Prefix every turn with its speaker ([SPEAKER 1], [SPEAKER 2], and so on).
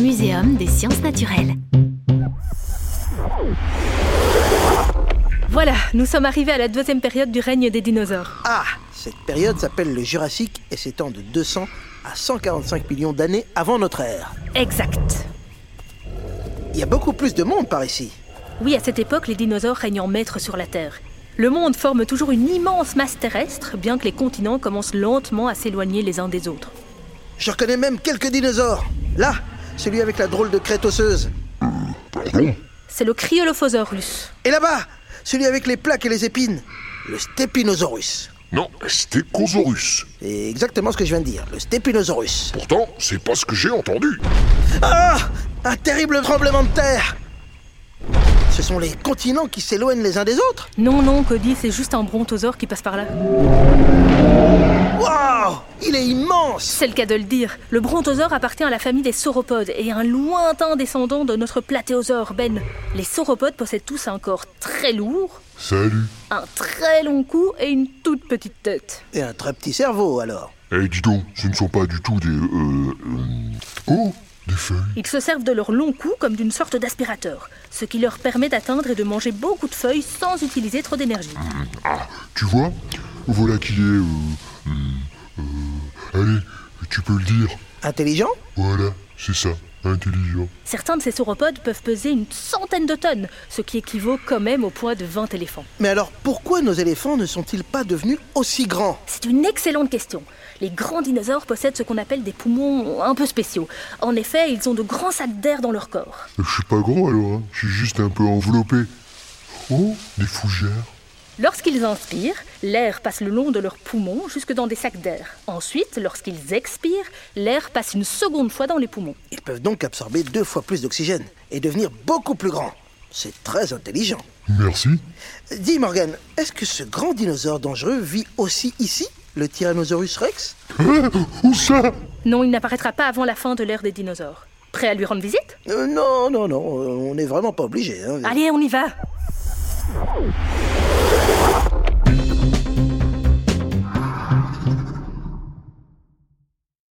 [SPEAKER 1] Muséum des sciences naturelles.
[SPEAKER 2] Voilà, nous sommes arrivés à la deuxième période du règne des dinosaures.
[SPEAKER 3] Ah Cette période s'appelle le Jurassique et s'étend de 200 à 145 millions d'années avant notre ère.
[SPEAKER 2] Exact.
[SPEAKER 3] Il y a beaucoup plus de monde par ici.
[SPEAKER 2] Oui, à cette époque, les dinosaures règnent en maître sur la Terre. Le monde forme toujours une immense masse terrestre, bien que les continents commencent lentement à s'éloigner les uns des autres.
[SPEAKER 3] Je reconnais même quelques dinosaures. Là, celui avec la drôle de crête osseuse.
[SPEAKER 2] C'est le Cryolophosaurus.
[SPEAKER 3] Et là-bas, celui avec les plaques et les épines. Le Stépinosaurus.
[SPEAKER 4] Non, Stécosaurus.
[SPEAKER 3] C'est exactement ce que je viens de dire, le Stépinosaurus.
[SPEAKER 4] Pourtant, c'est pas ce que j'ai entendu.
[SPEAKER 3] Ah Un terrible tremblement de terre Ce sont les continents qui s'éloignent les uns des autres
[SPEAKER 2] Non, non, Cody, c'est juste un brontosaure qui passe par là.
[SPEAKER 3] Waouh Il est immense
[SPEAKER 2] C'est le cas de le dire. Le brontosaure appartient à la famille des sauropodes et est un lointain descendant de notre platéosaure Ben. Les sauropodes possèdent tous un corps très lourd,
[SPEAKER 4] Salut.
[SPEAKER 2] un très long cou et une toute petite tête.
[SPEAKER 3] Et un très petit cerveau alors.
[SPEAKER 4] Eh, dis donc, ce ne sont pas du tout des. Euh, euh, oh Des feuilles.
[SPEAKER 2] Ils se servent de leur long cou comme d'une sorte d'aspirateur, ce qui leur permet d'atteindre et de manger beaucoup de feuilles sans utiliser trop d'énergie.
[SPEAKER 4] Ah, tu vois Voilà qui est. euh, euh, euh, allez, tu peux le dire.
[SPEAKER 3] Intelligent
[SPEAKER 4] Voilà, c'est ça, intelligent.
[SPEAKER 2] Certains de ces sauropodes peuvent peser une centaine de tonnes, ce qui équivaut quand même au poids de 20 éléphants.
[SPEAKER 3] Mais alors pourquoi nos éléphants ne sont-ils pas devenus aussi grands
[SPEAKER 2] C'est une excellente question. Les grands dinosaures possèdent ce qu'on appelle des poumons un peu spéciaux. En effet, ils ont de grands sacs d'air dans leur corps.
[SPEAKER 4] Je suis pas grand alors, hein. je suis juste un peu enveloppé. Oh, des fougères.
[SPEAKER 2] Lorsqu'ils inspirent, l'air passe le long de leurs poumons jusque dans des sacs d'air. Ensuite, lorsqu'ils expirent, l'air passe une seconde fois dans les poumons.
[SPEAKER 3] Ils peuvent donc absorber deux fois plus d'oxygène et devenir beaucoup plus grands. C'est très intelligent.
[SPEAKER 4] Merci.
[SPEAKER 3] Dis Morgan, est-ce que ce grand dinosaure dangereux vit aussi ici, le Tyrannosaurus Rex
[SPEAKER 4] Ah, où ça
[SPEAKER 2] Non, il n'apparaîtra pas avant la fin de l'ère des dinosaures. Prêt à lui rendre visite Ah,
[SPEAKER 3] Euh, Non, non, non, euh, on n'est vraiment pas obligé. hein.
[SPEAKER 2] Allez, on y va